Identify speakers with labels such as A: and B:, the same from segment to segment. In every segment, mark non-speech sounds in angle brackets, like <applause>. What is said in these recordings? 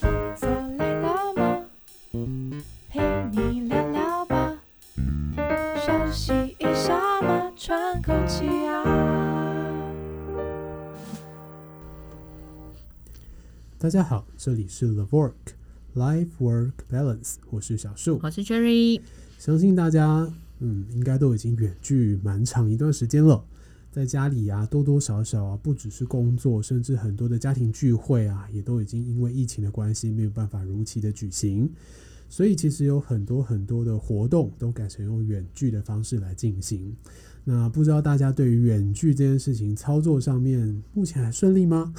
A: 坐累了吗？陪你聊聊吧，休息一下嘛，喘口气啊。
B: 大家好，这里是 The Work Life Work Balance，我是小树。
C: 我是 Jerry，
B: 相信大家，嗯，应该都已经远距蛮长一段时间了，在家里啊，多多少少啊，不只是工作，甚至很多的家庭聚会啊，也都已经因为疫情的关系，没有办法如期的举行。所以其实有很多很多的活动都改成用远距的方式来进行。那不知道大家对于远距这件事情操作上面，目前还顺利吗？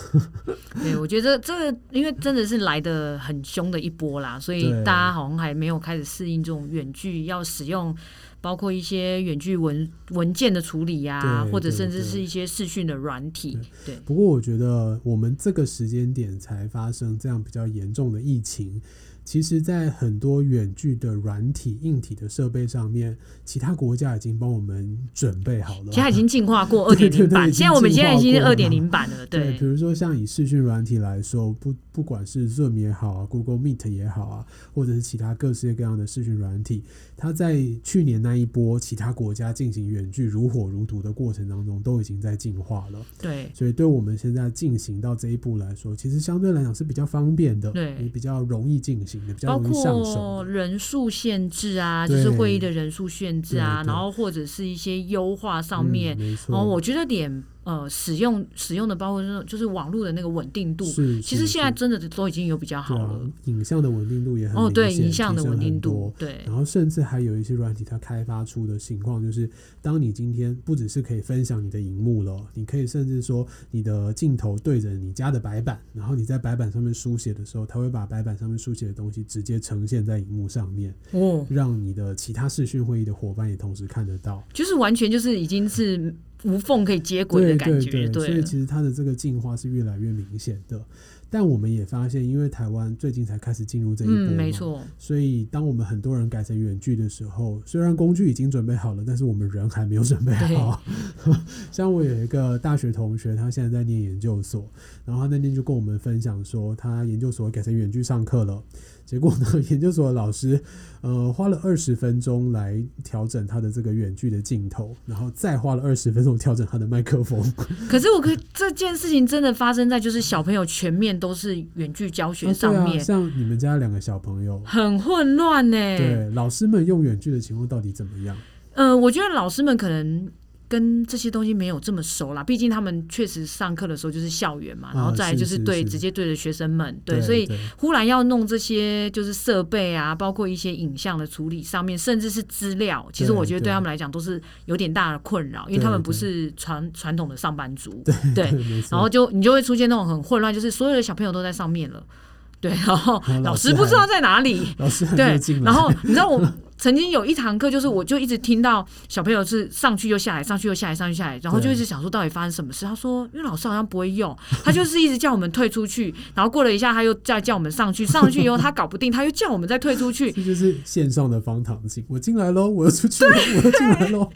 C: 对我觉得这个，因为真的是来的很凶的一波啦，所以
B: 对
C: 大家好像还没有开始适应这种远距要使用，包括一些远距文文件的处理呀、
B: 对
C: 或者
B: 对
C: 甚至
B: 对
C: 是一些视讯的软体，对
B: 不过我觉得我们这个时间点才发生这样比较严重的疫情，其实，在很多远距的软体、硬体的设备上面，其他国家已经帮我们准备好了。
C: 其实它已经进化过
B: <laughs>
C: 二
B: 对
C: 点
B: 对
C: 零
B: 对已
C: 版，
B: 经
C: 现在我们现在已经
B: 进
C: 是
B: 化过
C: 二
B: 了
C: 点零版了，
B: 比如说像以视讯软体来说，不不管是 Zoom 也好啊，Google Meet 也好啊，或者是其他各式各样的视讯软体，它在去年那一波其他国家进行远距如火如荼的过程当中，都已经在进化了。
C: 对
B: 所以对我们现在进行到这一步来说，其实相对来讲是比较方便的，
C: 对
B: 也比较容易进行的，比较
C: 包
B: 容易上手
C: 括
B: 的。
C: 人数限制啊，就
B: 对
C: 是会议的人数限制啊，
B: 对对
C: 然后或者是一些优化上面
B: 嗯、，没
C: 然
B: 错，
C: 后哦我觉得点呃使用使用的包括就是就是网络的那个稳定度，
B: 是
C: 其实现在
B: 是
C: 真的都已经有比较好
B: 对
C: 了
B: 啊。，影像的稳定度也很
C: 哦，对，
B: 明显
C: 影像的
B: 提升
C: 稳定
B: 很多
C: 度，对
B: 然后甚至还有一些软体，它开发出的情况就是，当你今天不只是可以分享你的荧幕了，你可以甚至说你的镜头对着你家的白板，然后你在白板上面书写的时候，它会把白板上面书写的东西直接呈现在荧幕上面，
C: 哦，
B: 让你的其他视讯会议的伙伴也同时看得到。
C: 就是完全就是已经是无缝可以接轨的感觉，
B: 对对所以
C: 了
B: 其实它的这个进化是越来越明显的。但我们也发现，因为台湾最近才开始进入这一波、
C: 嗯，没。错，
B: 所以，当我们很多人改成远距的时候，虽然工具已经准备好了，但是我们人还没有准备好。 <laughs> 像我有一个大学同学，他现在在念研究所，然后他那天就跟我们分享说，他研究所改成远距上课了。结果呢，研究所的老师，呃，花了二十分钟来调整他的这个远距的镜头，然后再花了二十分钟调整他的麦克风。
C: 可是我可以这件事情真的发生在就是小朋友全面都是远距教学上
B: 啊对
C: 面，
B: 啊，像你们家两个小朋友，
C: 很混乱呢、
B: 对老师们用远距的情况到底怎么样？
C: 嗯、我觉得老师们可能。跟这些东西没有这么熟啦，毕竟他们确实上课的时候就是校园嘛，然后
B: 啊
C: 再来
B: 是
C: 就是
B: 是
C: 对
B: 是
C: 直接对着学生们，对，所以忽然要弄这些就是设备啊，包括一些影像的处理上面，甚至是资料，其实
B: 对
C: 我觉得对
B: 对
C: 他们来讲都是有点大的困扰，因为
B: 对
C: 他们
B: 对
C: 不是传传统的上班族，
B: 对， <laughs> 没错
C: 然后就你就会出现那种很混乱，就是所有的小朋友都在上面了，对，然后
B: 然后哦老
C: 老
B: 师
C: 师不
B: 还
C: 知道在哪里，
B: 老师还没有
C: 对
B: 进，来，
C: 然后你知道我曾经有一堂课，就是我就一直听到小朋友是上去又下来，上去又下来，上去下来，然后就
B: 对
C: 一直想说到底发生什么事。他说因为老师好像不会用，他就是一直叫我们退出去，然后过了一下他又再叫我们上去，上去以后他搞不定，他又叫我们再退出去，
B: 这就是线上的方糖镜。我进来喽，我又出去了，我又进来喽。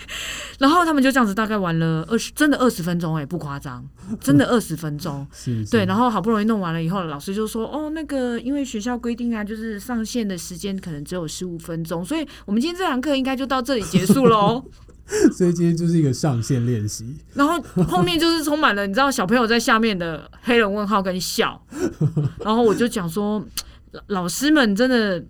C: 然后他们就这样子大概玩了二十，真的二十分钟哎、不夸张，真的二十分钟。
B: 是，是
C: 对，然后好不容易弄完了以后，老师就说：“哦，那个因为学校规定啊，就是上线的时间可能只有十五分钟，所以我们今天这堂课应该就到这里结束喽。”
B: 所以今天就是一个上线练习。
C: 然后后面就是充满了你知道小朋友在下面的黑人问号跟笑，然后我就讲说，老老师们真的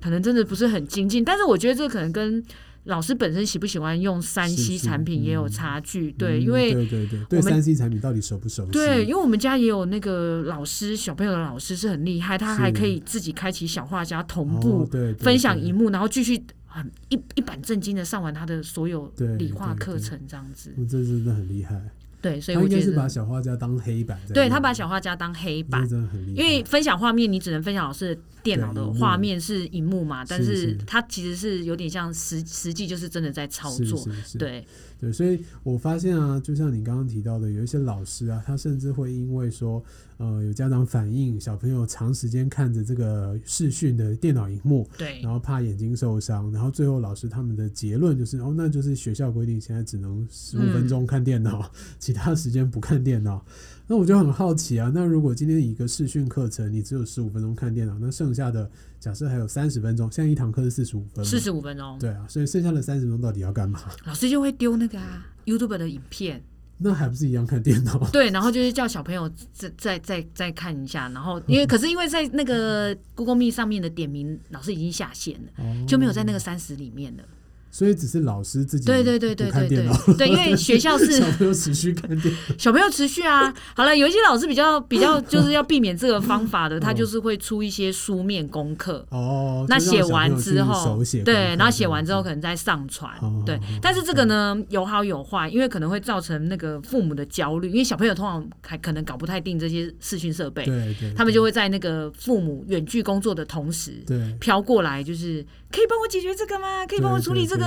C: 可能真的不是很精进，但是我觉得这可能跟老师本身喜不喜欢用三
B: 是
C: C
B: 是
C: 产品也有
B: 嗯
C: 差距，对，
B: 嗯
C: 因为。
B: 对对对对
C: 我们
B: 三 C 产品到底熟不熟悉？
C: 对，因为我们家也有那个老师，小朋友的老师是很厉害，他还
B: 是
C: 可以自己开启小画家同
B: 哦
C: 步
B: 对对
C: 分享
B: 对
C: 荧幕，然后继续很一一本正经的上完他的所有
B: 对
C: 理化
B: 对
C: 课
B: 对
C: 程这样子。
B: 嗯这真的很厉害。
C: 对，所
B: 他
C: 以我
B: 应
C: 觉
B: 该
C: 得
B: 是把小画家当黑板在用，
C: 对他把小画家当黑
B: 这
C: 板，
B: 真的很厉害。
C: 因为分享画面你只能分享老师的电脑
B: 对
C: 的
B: 荧幕
C: 画面是荧幕嘛，但
B: 是
C: 是
B: 是
C: 它其实是有点像实实际就是真的在操
B: 是
C: 作，
B: 是是，
C: 对
B: 对，所以我发现啊，就像你刚刚提到的，有一些老师啊，他甚至会因为说，呃，有家长反映小朋友长时间看着这个视讯的电脑荧幕，
C: 对
B: 然后怕眼睛受伤，然后最后老师他们的结论就是，哦，<laughs>
C: 嗯
B: 那就是学校规定现在只能十五分钟看电脑，其他时间不看电脑。那我就很好奇啊，那如果今天一个视讯课程，你只有十五分钟看电脑，那剩下的假设还有三十分钟，现在一堂课是四十五分嘛，
C: 四十五分钟，
B: 对啊，所以剩下的三十分钟到底要干嘛？ <laughs>
C: 老师就会丢那个啊 YouTube 的影片，
B: 那还不是一样看电脑？
C: 对，然后就是叫小朋友再再再再看一下，然后
B: <laughs>
C: 因为可是因为在那个 Google Meet 上面的点名，老师已经下线了，就没有在那个三十里面了。
B: 哦所以只是老师自己
C: 对对对对
B: 不看
C: 对
B: 电脑，
C: 对对，因为学校是
B: 小朋友持续看电脑，
C: 小朋友持续啊。好了，有一些老师比较比
B: <laughs>
C: 较就是要避免这个方法的，他就是会出一些书面功课。
B: 哦，
C: 那
B: 就让
C: 写
B: 小
C: 完
B: 朋友
C: 之
B: 去
C: 后
B: 手写，功
C: 对，
B: 课
C: 然后
B: 这
C: 写
B: 样哦
C: 完之后
B: 子
C: 可能再上传
B: 好好，
C: 对
B: 好。
C: 但是这个呢，有好有坏，因为可能会造成那个父母的焦虑，因为小朋友通常还可能搞不太定这些视讯设备，
B: 对对，
C: 他们就会在那个父母远距工作的同时
B: 对，
C: 飘过来，就是可以帮我解决这个吗？可以帮我
B: 对
C: 处理这
B: 对
C: 个吗？？
B: 对对对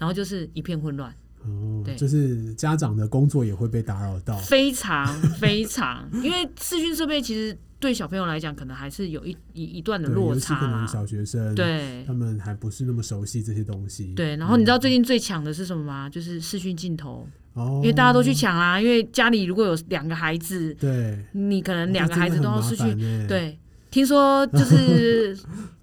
C: 然后就是一片混乱，
B: 哦，
C: 对
B: 就是家长的工作也会被打扰到，
C: 非常非常，因为视讯设备其实对小朋友来讲，可能还是有一一一段的
B: 对，
C: 落
B: 尤其
C: 差
B: 可能
C: 啦。
B: 小学生，，
C: 对
B: 他们还不是那么熟悉这些东西，
C: 对，然后你知道
B: 嗯，
C: 最近最抢的是什么吗？就是视讯镜头，
B: 哦，
C: 因为大家都去抢啊啦。因为家里如果有两个孩子，
B: 对，
C: 你可能
B: 哦
C: 两个孩子都要视，
B: 这真。
C: 讯
B: 的很麻烦欸，
C: 对，听说就是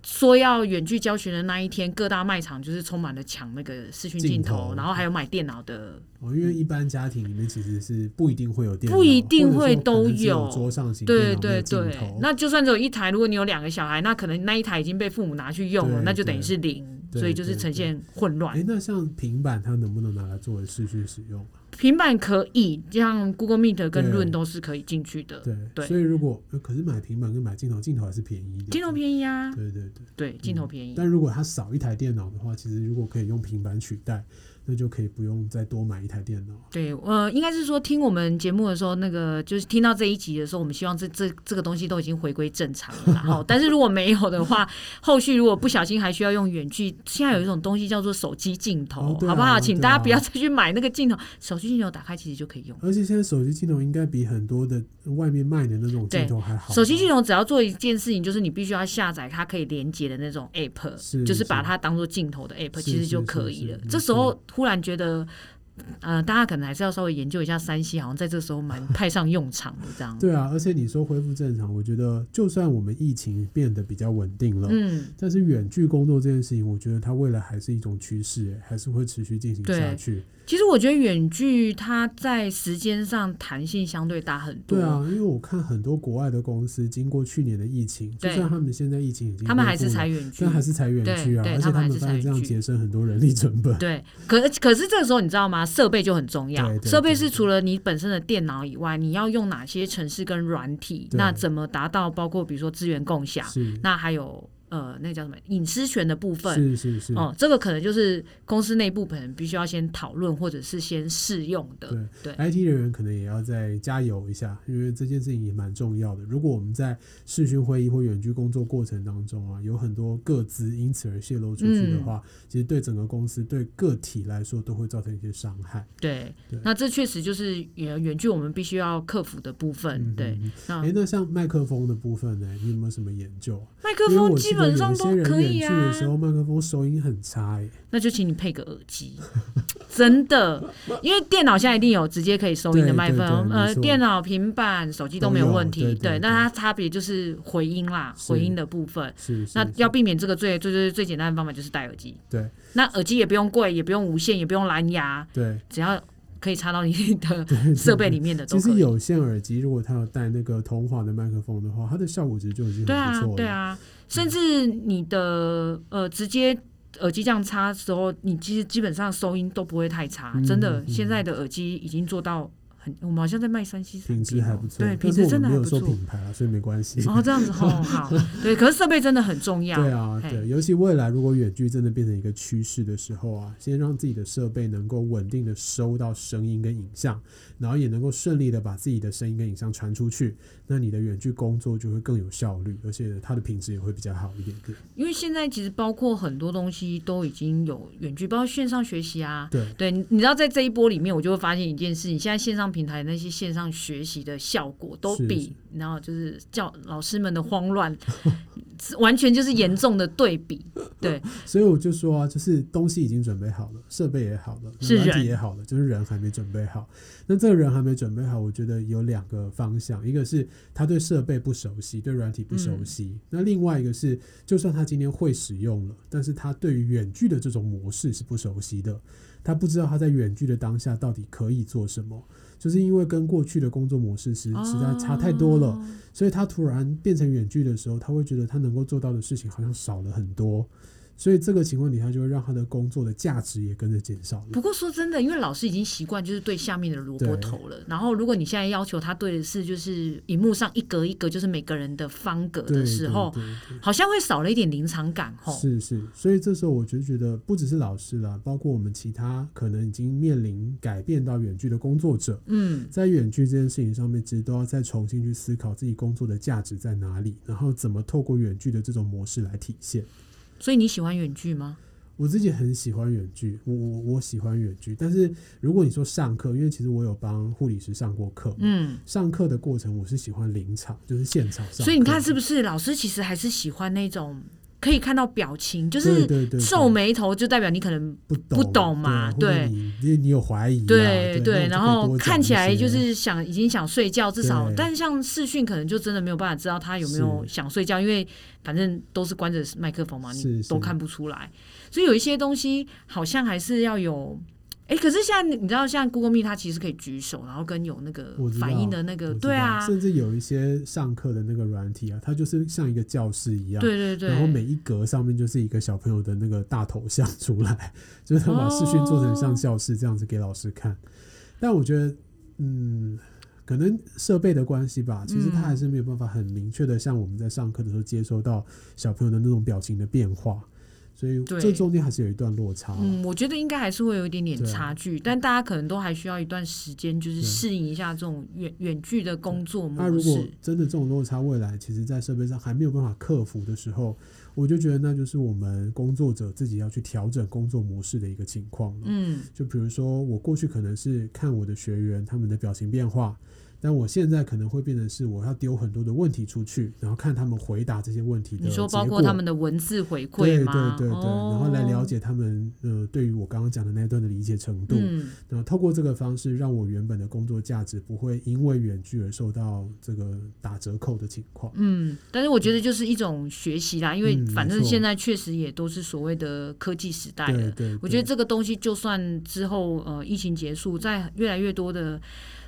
C: 说要远距教学的那一天，各大卖场就是充满了抢那个视讯镜
B: 镜
C: 头
B: 头，
C: 然后还有买电脑的。
B: 哦，因为一般家庭里面其实是不一定会有电脑，
C: 不一定
B: 或者
C: 会
B: 说可
C: 都
B: 能只有
C: 有
B: 桌上型电
C: 对
B: 脑没有
C: 对
B: 镜
C: 对
B: 头，
C: 那就算只有一台，如果你有两个小孩，那可能那一台已经被父母拿去用了，
B: 对
C: 那就等于
B: 对
C: 是零，
B: 对
C: 所以就是
B: 对
C: 呈
B: 对
C: 现混乱
B: 哎。，那像平板它能不能拿来作为视讯使用啊？
C: 平板可以，像 Google Meet 跟
B: 对
C: Run 都是可以进去的，
B: 对，
C: 对
B: 所以如果呃可是买平板跟买镜头，镜头还是便宜一点，
C: 镜头
B: 宜，
C: 便宜啊，
B: 对对对。嗯
C: 对，镜头便宜。
B: 但如果它少一台电脑的话，其实如果可以用平板取代，那就可以不用再多买一台电脑。
C: 对，呃，应该是说听我们节目的时候，那个就是听到这一集的时候，我们希望这这这个东西都已经回归正常
B: <laughs>
C: 了啦。然后，但是如果没有的话，后续如果不小心还需要用远距，现在有一种东西叫做手机镜头，
B: 哦对啊
C: 好不好？请
B: 对啊
C: 大家不要再去买那个镜头，手机镜头打开其实就可以用。
B: 而且现在手机镜头应该比很多的外面卖的那种镜头还好吧。
C: 手机镜头只要做一件事情，就是你必须要下载它可以连接的那种 app，
B: 是
C: 就是把
B: 是
C: 它当做镜头的 app，
B: 是
C: 其实
B: 是
C: 就是可
B: 是嗯
C: 以了
B: 没。
C: 这时候
B: 错
C: 突然觉得，呃，大家可能还是要稍微研究一下山西，好像在这时候蛮派上用场的这
B: <laughs>
C: 样。
B: 对啊，而且你说恢复正常，我觉得就算我们疫情变得比较稳定了，
C: 嗯，
B: 但是远距工作这件事情，我觉得它未来还是一种趋势，欸还是会持续进行
C: 对
B: 下去。
C: 其实我觉得远距它在时间上弹性相对大很多，
B: 对啊，因为我看很多国外的公司，经过去年的疫情，就
C: 对
B: 算他们现在疫情已经
C: 他们还
B: 恢
C: 是
B: 复了
C: 裁远距
B: 但。还是裁员区啊，
C: 对对
B: 而且
C: 他们还
B: 们
C: 是
B: 发现
C: 裁
B: 这样
C: 员区
B: 节省很多人力成本。
C: 对，可可是这个时候你知道吗？设备就很重要
B: 对。对
C: 设备
B: 对对
C: 是除了你本身的电脑以外，你要用哪些程式跟软体？
B: 对
C: 那怎么达到包括比如说资源共享，
B: 是
C: 那还有呃那个叫什么隐私权的部分。
B: 是是是，
C: 哦、这个可能就是公司内部可能必须要先讨论，或者是先试用的。
B: 对
C: 对
B: IT 人员可能也要再加油一下，因为这件事情也蛮重要的。如果我们在视讯会议或远距工作过程当中啊，有很多个资因此而泄露出去的
C: 嗯
B: 话，其实对整个公司、对个体来说都会造成一些伤害。
C: 对，
B: 对
C: 那这确实就是远远距我们必须要克服的部分。
B: 嗯
C: 对，
B: 哼，
C: 那
B: 哎，那像麦克风的部分呢，你有没有什么研究啊？
C: 麦克
B: 因为
C: 风
B: 我
C: 基
B: 记得
C: 本
B: 有
C: 上
B: 一些
C: 都可
B: 人远
C: 以
B: 距
C: 啊
B: 的。时候，麦克风收音很差哎。
C: 那就请你配个耳机， <laughs> 真的，因为电脑现在一定有直接可以收音的麦克风，
B: 对对对没
C: 呃，
B: 错
C: 电脑、平板、手机都
B: 都
C: 没有
B: 有
C: 问题。
B: 对对对
C: 那它差别就是回音啦，
B: 是
C: 回音的部分。
B: 是，是
C: 那
B: 是
C: 要避免这个最最最最简单的方法就是戴耳机。
B: 对
C: 那耳机也不用贵，也不用无线，也不用蓝牙，
B: 对
C: 只要可以插到你的
B: 对对
C: 设备里面的都
B: 其
C: 可
B: 实
C: 以。
B: 有线耳机，如果它有带那个通话的麦克风的话，它的效果其实就已经很
C: 对啊
B: 不错嗯了。，
C: 对啊，甚至你的呃直接耳机这样插的时候，你其实基本上收音都不会太差，
B: 嗯
C: 真的。
B: 嗯
C: 现在的耳机已经做到很，我们好像在卖三 C 产
B: 品质
C: 品
B: 还
C: 哦
B: 不错。
C: 对，
B: 但
C: 品
B: 是
C: 质
B: 我
C: 真的
B: 们没
C: 还
B: 有
C: 不
B: 说
C: 错。
B: 品牌啊，所以没关系。
C: 哦，这样子哦，好，对，可是设备真的很重要。
B: <laughs> 对啊，
C: 嘿
B: 对，尤其未来如果远距真的变成一个趋势的时候啊，先让自己的设备能够稳定的收到声音跟影像，然后也能够顺利的把自己的声音跟影像传出去，那你的远距工作就会更有效率，而且它的品质也会比较好一点点。
C: 因为现在其实包括很多东西都已经有远距，包括线上学习啊。
B: 对，
C: 对，你你知道在这一波里面，我就会发现一件事情：现在线上平台那些线上学习的效果都
B: 是
C: 比，然后就是教老师们的慌乱 <laughs> 是完全就是严重的对
B: <laughs>
C: 比。对，
B: 所以我就说啊，就是东西已经准备好了，设备也好了，
C: 是
B: 软
C: 人
B: 体也好了，就是人还没准备好。那这个人还没准备好，我觉得有两个方向，一个是他对设备不熟悉，对软体不熟
C: 嗯
B: 悉；那另外一个是，就算他今天会使用了，但是他对于远距的这种模式是不熟悉的，他不知道他在远距的当下到底可以做什么，就是因为跟过去的工作模式实实在差太多了。
C: 哦
B: 所以他突然变成远距的时候，他会觉得他能够做到的事情好像少了很多，所以这个情况底下就会让他的工作的价值也跟着减少了。
C: 不过说真的，因为老师已经习惯就是对下面的萝卜
B: 对
C: 头了。然后如果你现在要求他对的是就是荧幕上一格一格就是每个人的方格
B: 对
C: 的时候，
B: 对对
C: 好像会少了一点临场感
B: 对
C: 吼。
B: 是是，所以这时候我就觉得，不只是老师啦，包括我们其他可能已经面临改变到远距的工作者，
C: 嗯，
B: 在远距这件事情上面，其实都要再重新去思考自己工作的价值在哪里，然后怎么透过远距的这种模式来体现。
C: 所以你喜欢远距吗？
B: 我自己很喜欢远距，我我我喜欢远距，但是如果你说上课，因为其实我有帮护理师上过课，，
C: 嗯，
B: 上课的过程我是喜欢临场，就是现场上课，
C: 所以你看是不是老师其实还是喜欢那种可以看到表情，就
B: 对
C: 是
B: 对对，
C: 皱
B: 对
C: 眉头就代表你可能
B: 不懂
C: 不懂嘛
B: 对啊，或者
C: 对
B: 你你你有怀疑啊、
C: 对
B: 对
C: 对，
B: 那
C: 然
B: 我就
C: 后
B: 可以多讲
C: 看起来
B: 一些
C: 就是想已经想睡觉，至少
B: 对，
C: 但像视讯可能就真的没有办法知道他有没有
B: 是
C: 想睡觉，因为反正都是关着麦克风嘛，你
B: 是是
C: 都看不出来，所以有一些东西好像还是要有。哎，可是现在你知道，像 Google Meet 它其实可以举手，然后跟有那个
B: 我知道
C: 反应的那
B: 我
C: 个，
B: 知
C: 对
B: 道
C: 啊，
B: 甚至有一些上课的那个软体啊，它就是像一个教室一样，
C: 对对对，
B: 然后每一格上面就是一个小朋友的那个大头像出来，就是他把视讯做成
C: 哦
B: 像教室这样子给老师看。但我觉得，嗯，可能设备的关系吧，其实他
C: 嗯
B: 还是没有办法很明确的像我们在上课的时候接收到小朋友的那种表情的变化，所以
C: 对
B: 这中间还是有一段落差啦。
C: 嗯，我觉得应该还是会有一点点
B: 哦对啊
C: 差距，但大家可能都还需要一段时间，就是
B: 对
C: 适应一下这种远远距的工作模
B: 那
C: 式。
B: 如果真的这种落差，未来其实在设备上还没有办法克服的时候，我就觉得那就是我们工作者自己要去调整工作模式的一个情况了。
C: 嗯，
B: 就比如说，我过去可能是看我的学员他们的表情变化，但我现在可能会变成是我要丢很多的问题出去，然后看他们回答这些问题的
C: 你说
B: 结
C: 包括
B: 果
C: 他们的文字回
B: 对
C: 馈
B: 对
C: 吗？
B: 对对，
C: 哦、
B: 然后来了。解他们呃对于我刚刚讲的那一段的理解程度，
C: 嗯，
B: 然后透过这个方式，让我原本的工作价值不会因为远距而受到这个打折扣的情况。
C: 嗯，但是我觉得就是一种学习啦，因为
B: 嗯
C: 反
B: 没
C: 正
B: 错
C: 现在确实也都是所谓的科技时代
B: 对
C: 了。
B: 对，
C: 我觉得
B: 对
C: 这个东西就算之后呃疫情结束，在越来越多的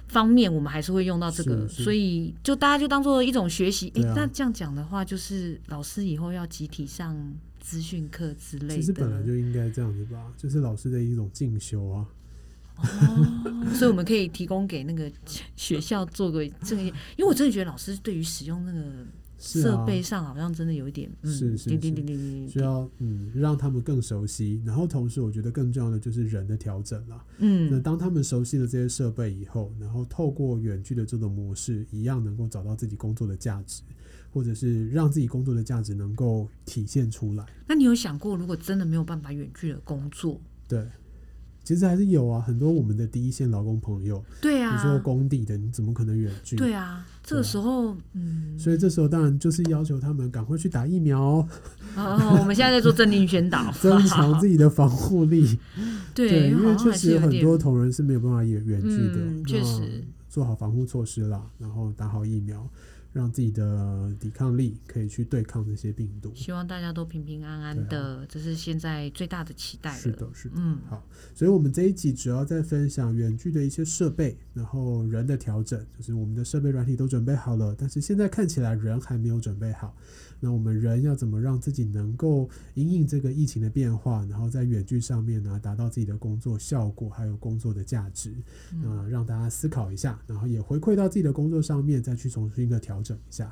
C: 方面，我们还是会用到这个，
B: 是是
C: 所以就大家就当做一种学习。诶，
B: 对啊
C: 那这样讲的话，就是老师以后要集体上资讯课之类的。
B: 其实本来就应该这样子吧，就是老师的一种进修啊。
C: 哦，所以我们可以提供给那个学 <laughs> 校做个这个，因为我真的觉得老师对于使用那个
B: 是
C: 设
B: 啊，
C: 备上好像真的有一点，嗯，
B: 是是
C: 叮叮
B: 是
C: 叮叮叮
B: 需
C: 叮，
B: 要嗯让他们更熟悉，然后同时我觉得更重要的就是人的调整啦。那
C: 嗯，
B: 当他们熟悉了这些设备以后，然后透过远距的这种模式，一样能够找到自己工作的价值，或者是让自己工作的价值能够体现出来。
C: 那你有想过，如果真的没有办法远距的工作，
B: 对，其实还是有啊，很多我们的第一线劳工朋友，
C: 对
B: 你
C: 啊，
B: 说工地的，你怎么可能远距？
C: 对啊，这个
B: 对啊
C: 时候，嗯，
B: 所以这时候当然就是要求他们赶快去打疫苗哦，，
C: 哦，我们现在在做政令宣导
B: <laughs> 增强自己的防护力。
C: <laughs> 对，
B: 因
C: 好
B: 为
C: 像
B: 确
C: 还
B: 实
C: 是
B: 有
C: 有
B: 很
C: 点
B: 多同仁是没有办法远远距的，
C: 嗯确
B: 那
C: 实
B: 做好防护措施啦，然后打好疫苗，让自己的抵抗力可以去对抗这些病毒。
C: 希望大家都平平安安
B: 对啊
C: 的，这是现在最大的期待了。
B: 是的，是的。
C: 嗯，
B: 好，所以我们这一集主要在分享远距的一些设备，然后人的调整，就是我们的设备软体都准备好了，但是现在看起来人还没有准备好。那我们人要怎么让自己能够因应这个疫情的变化，然后在远距上面呢、达到自己的工作效果，还有工作的价值，
C: 嗯
B: 那让大家思考一下，然后也回馈到自己的工作上面，再去重新的调整一下。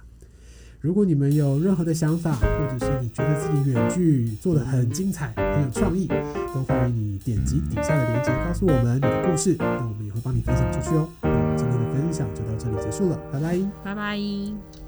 B: 如果你们有任何的想法，或者是你觉得自己远距做的很精彩、很有创意，都欢迎你点击底下的链接，告诉我们你的故事，那我们也会帮你分享出去哦。那我们今天的分享就到这里结束了，拜拜。
C: 拜拜。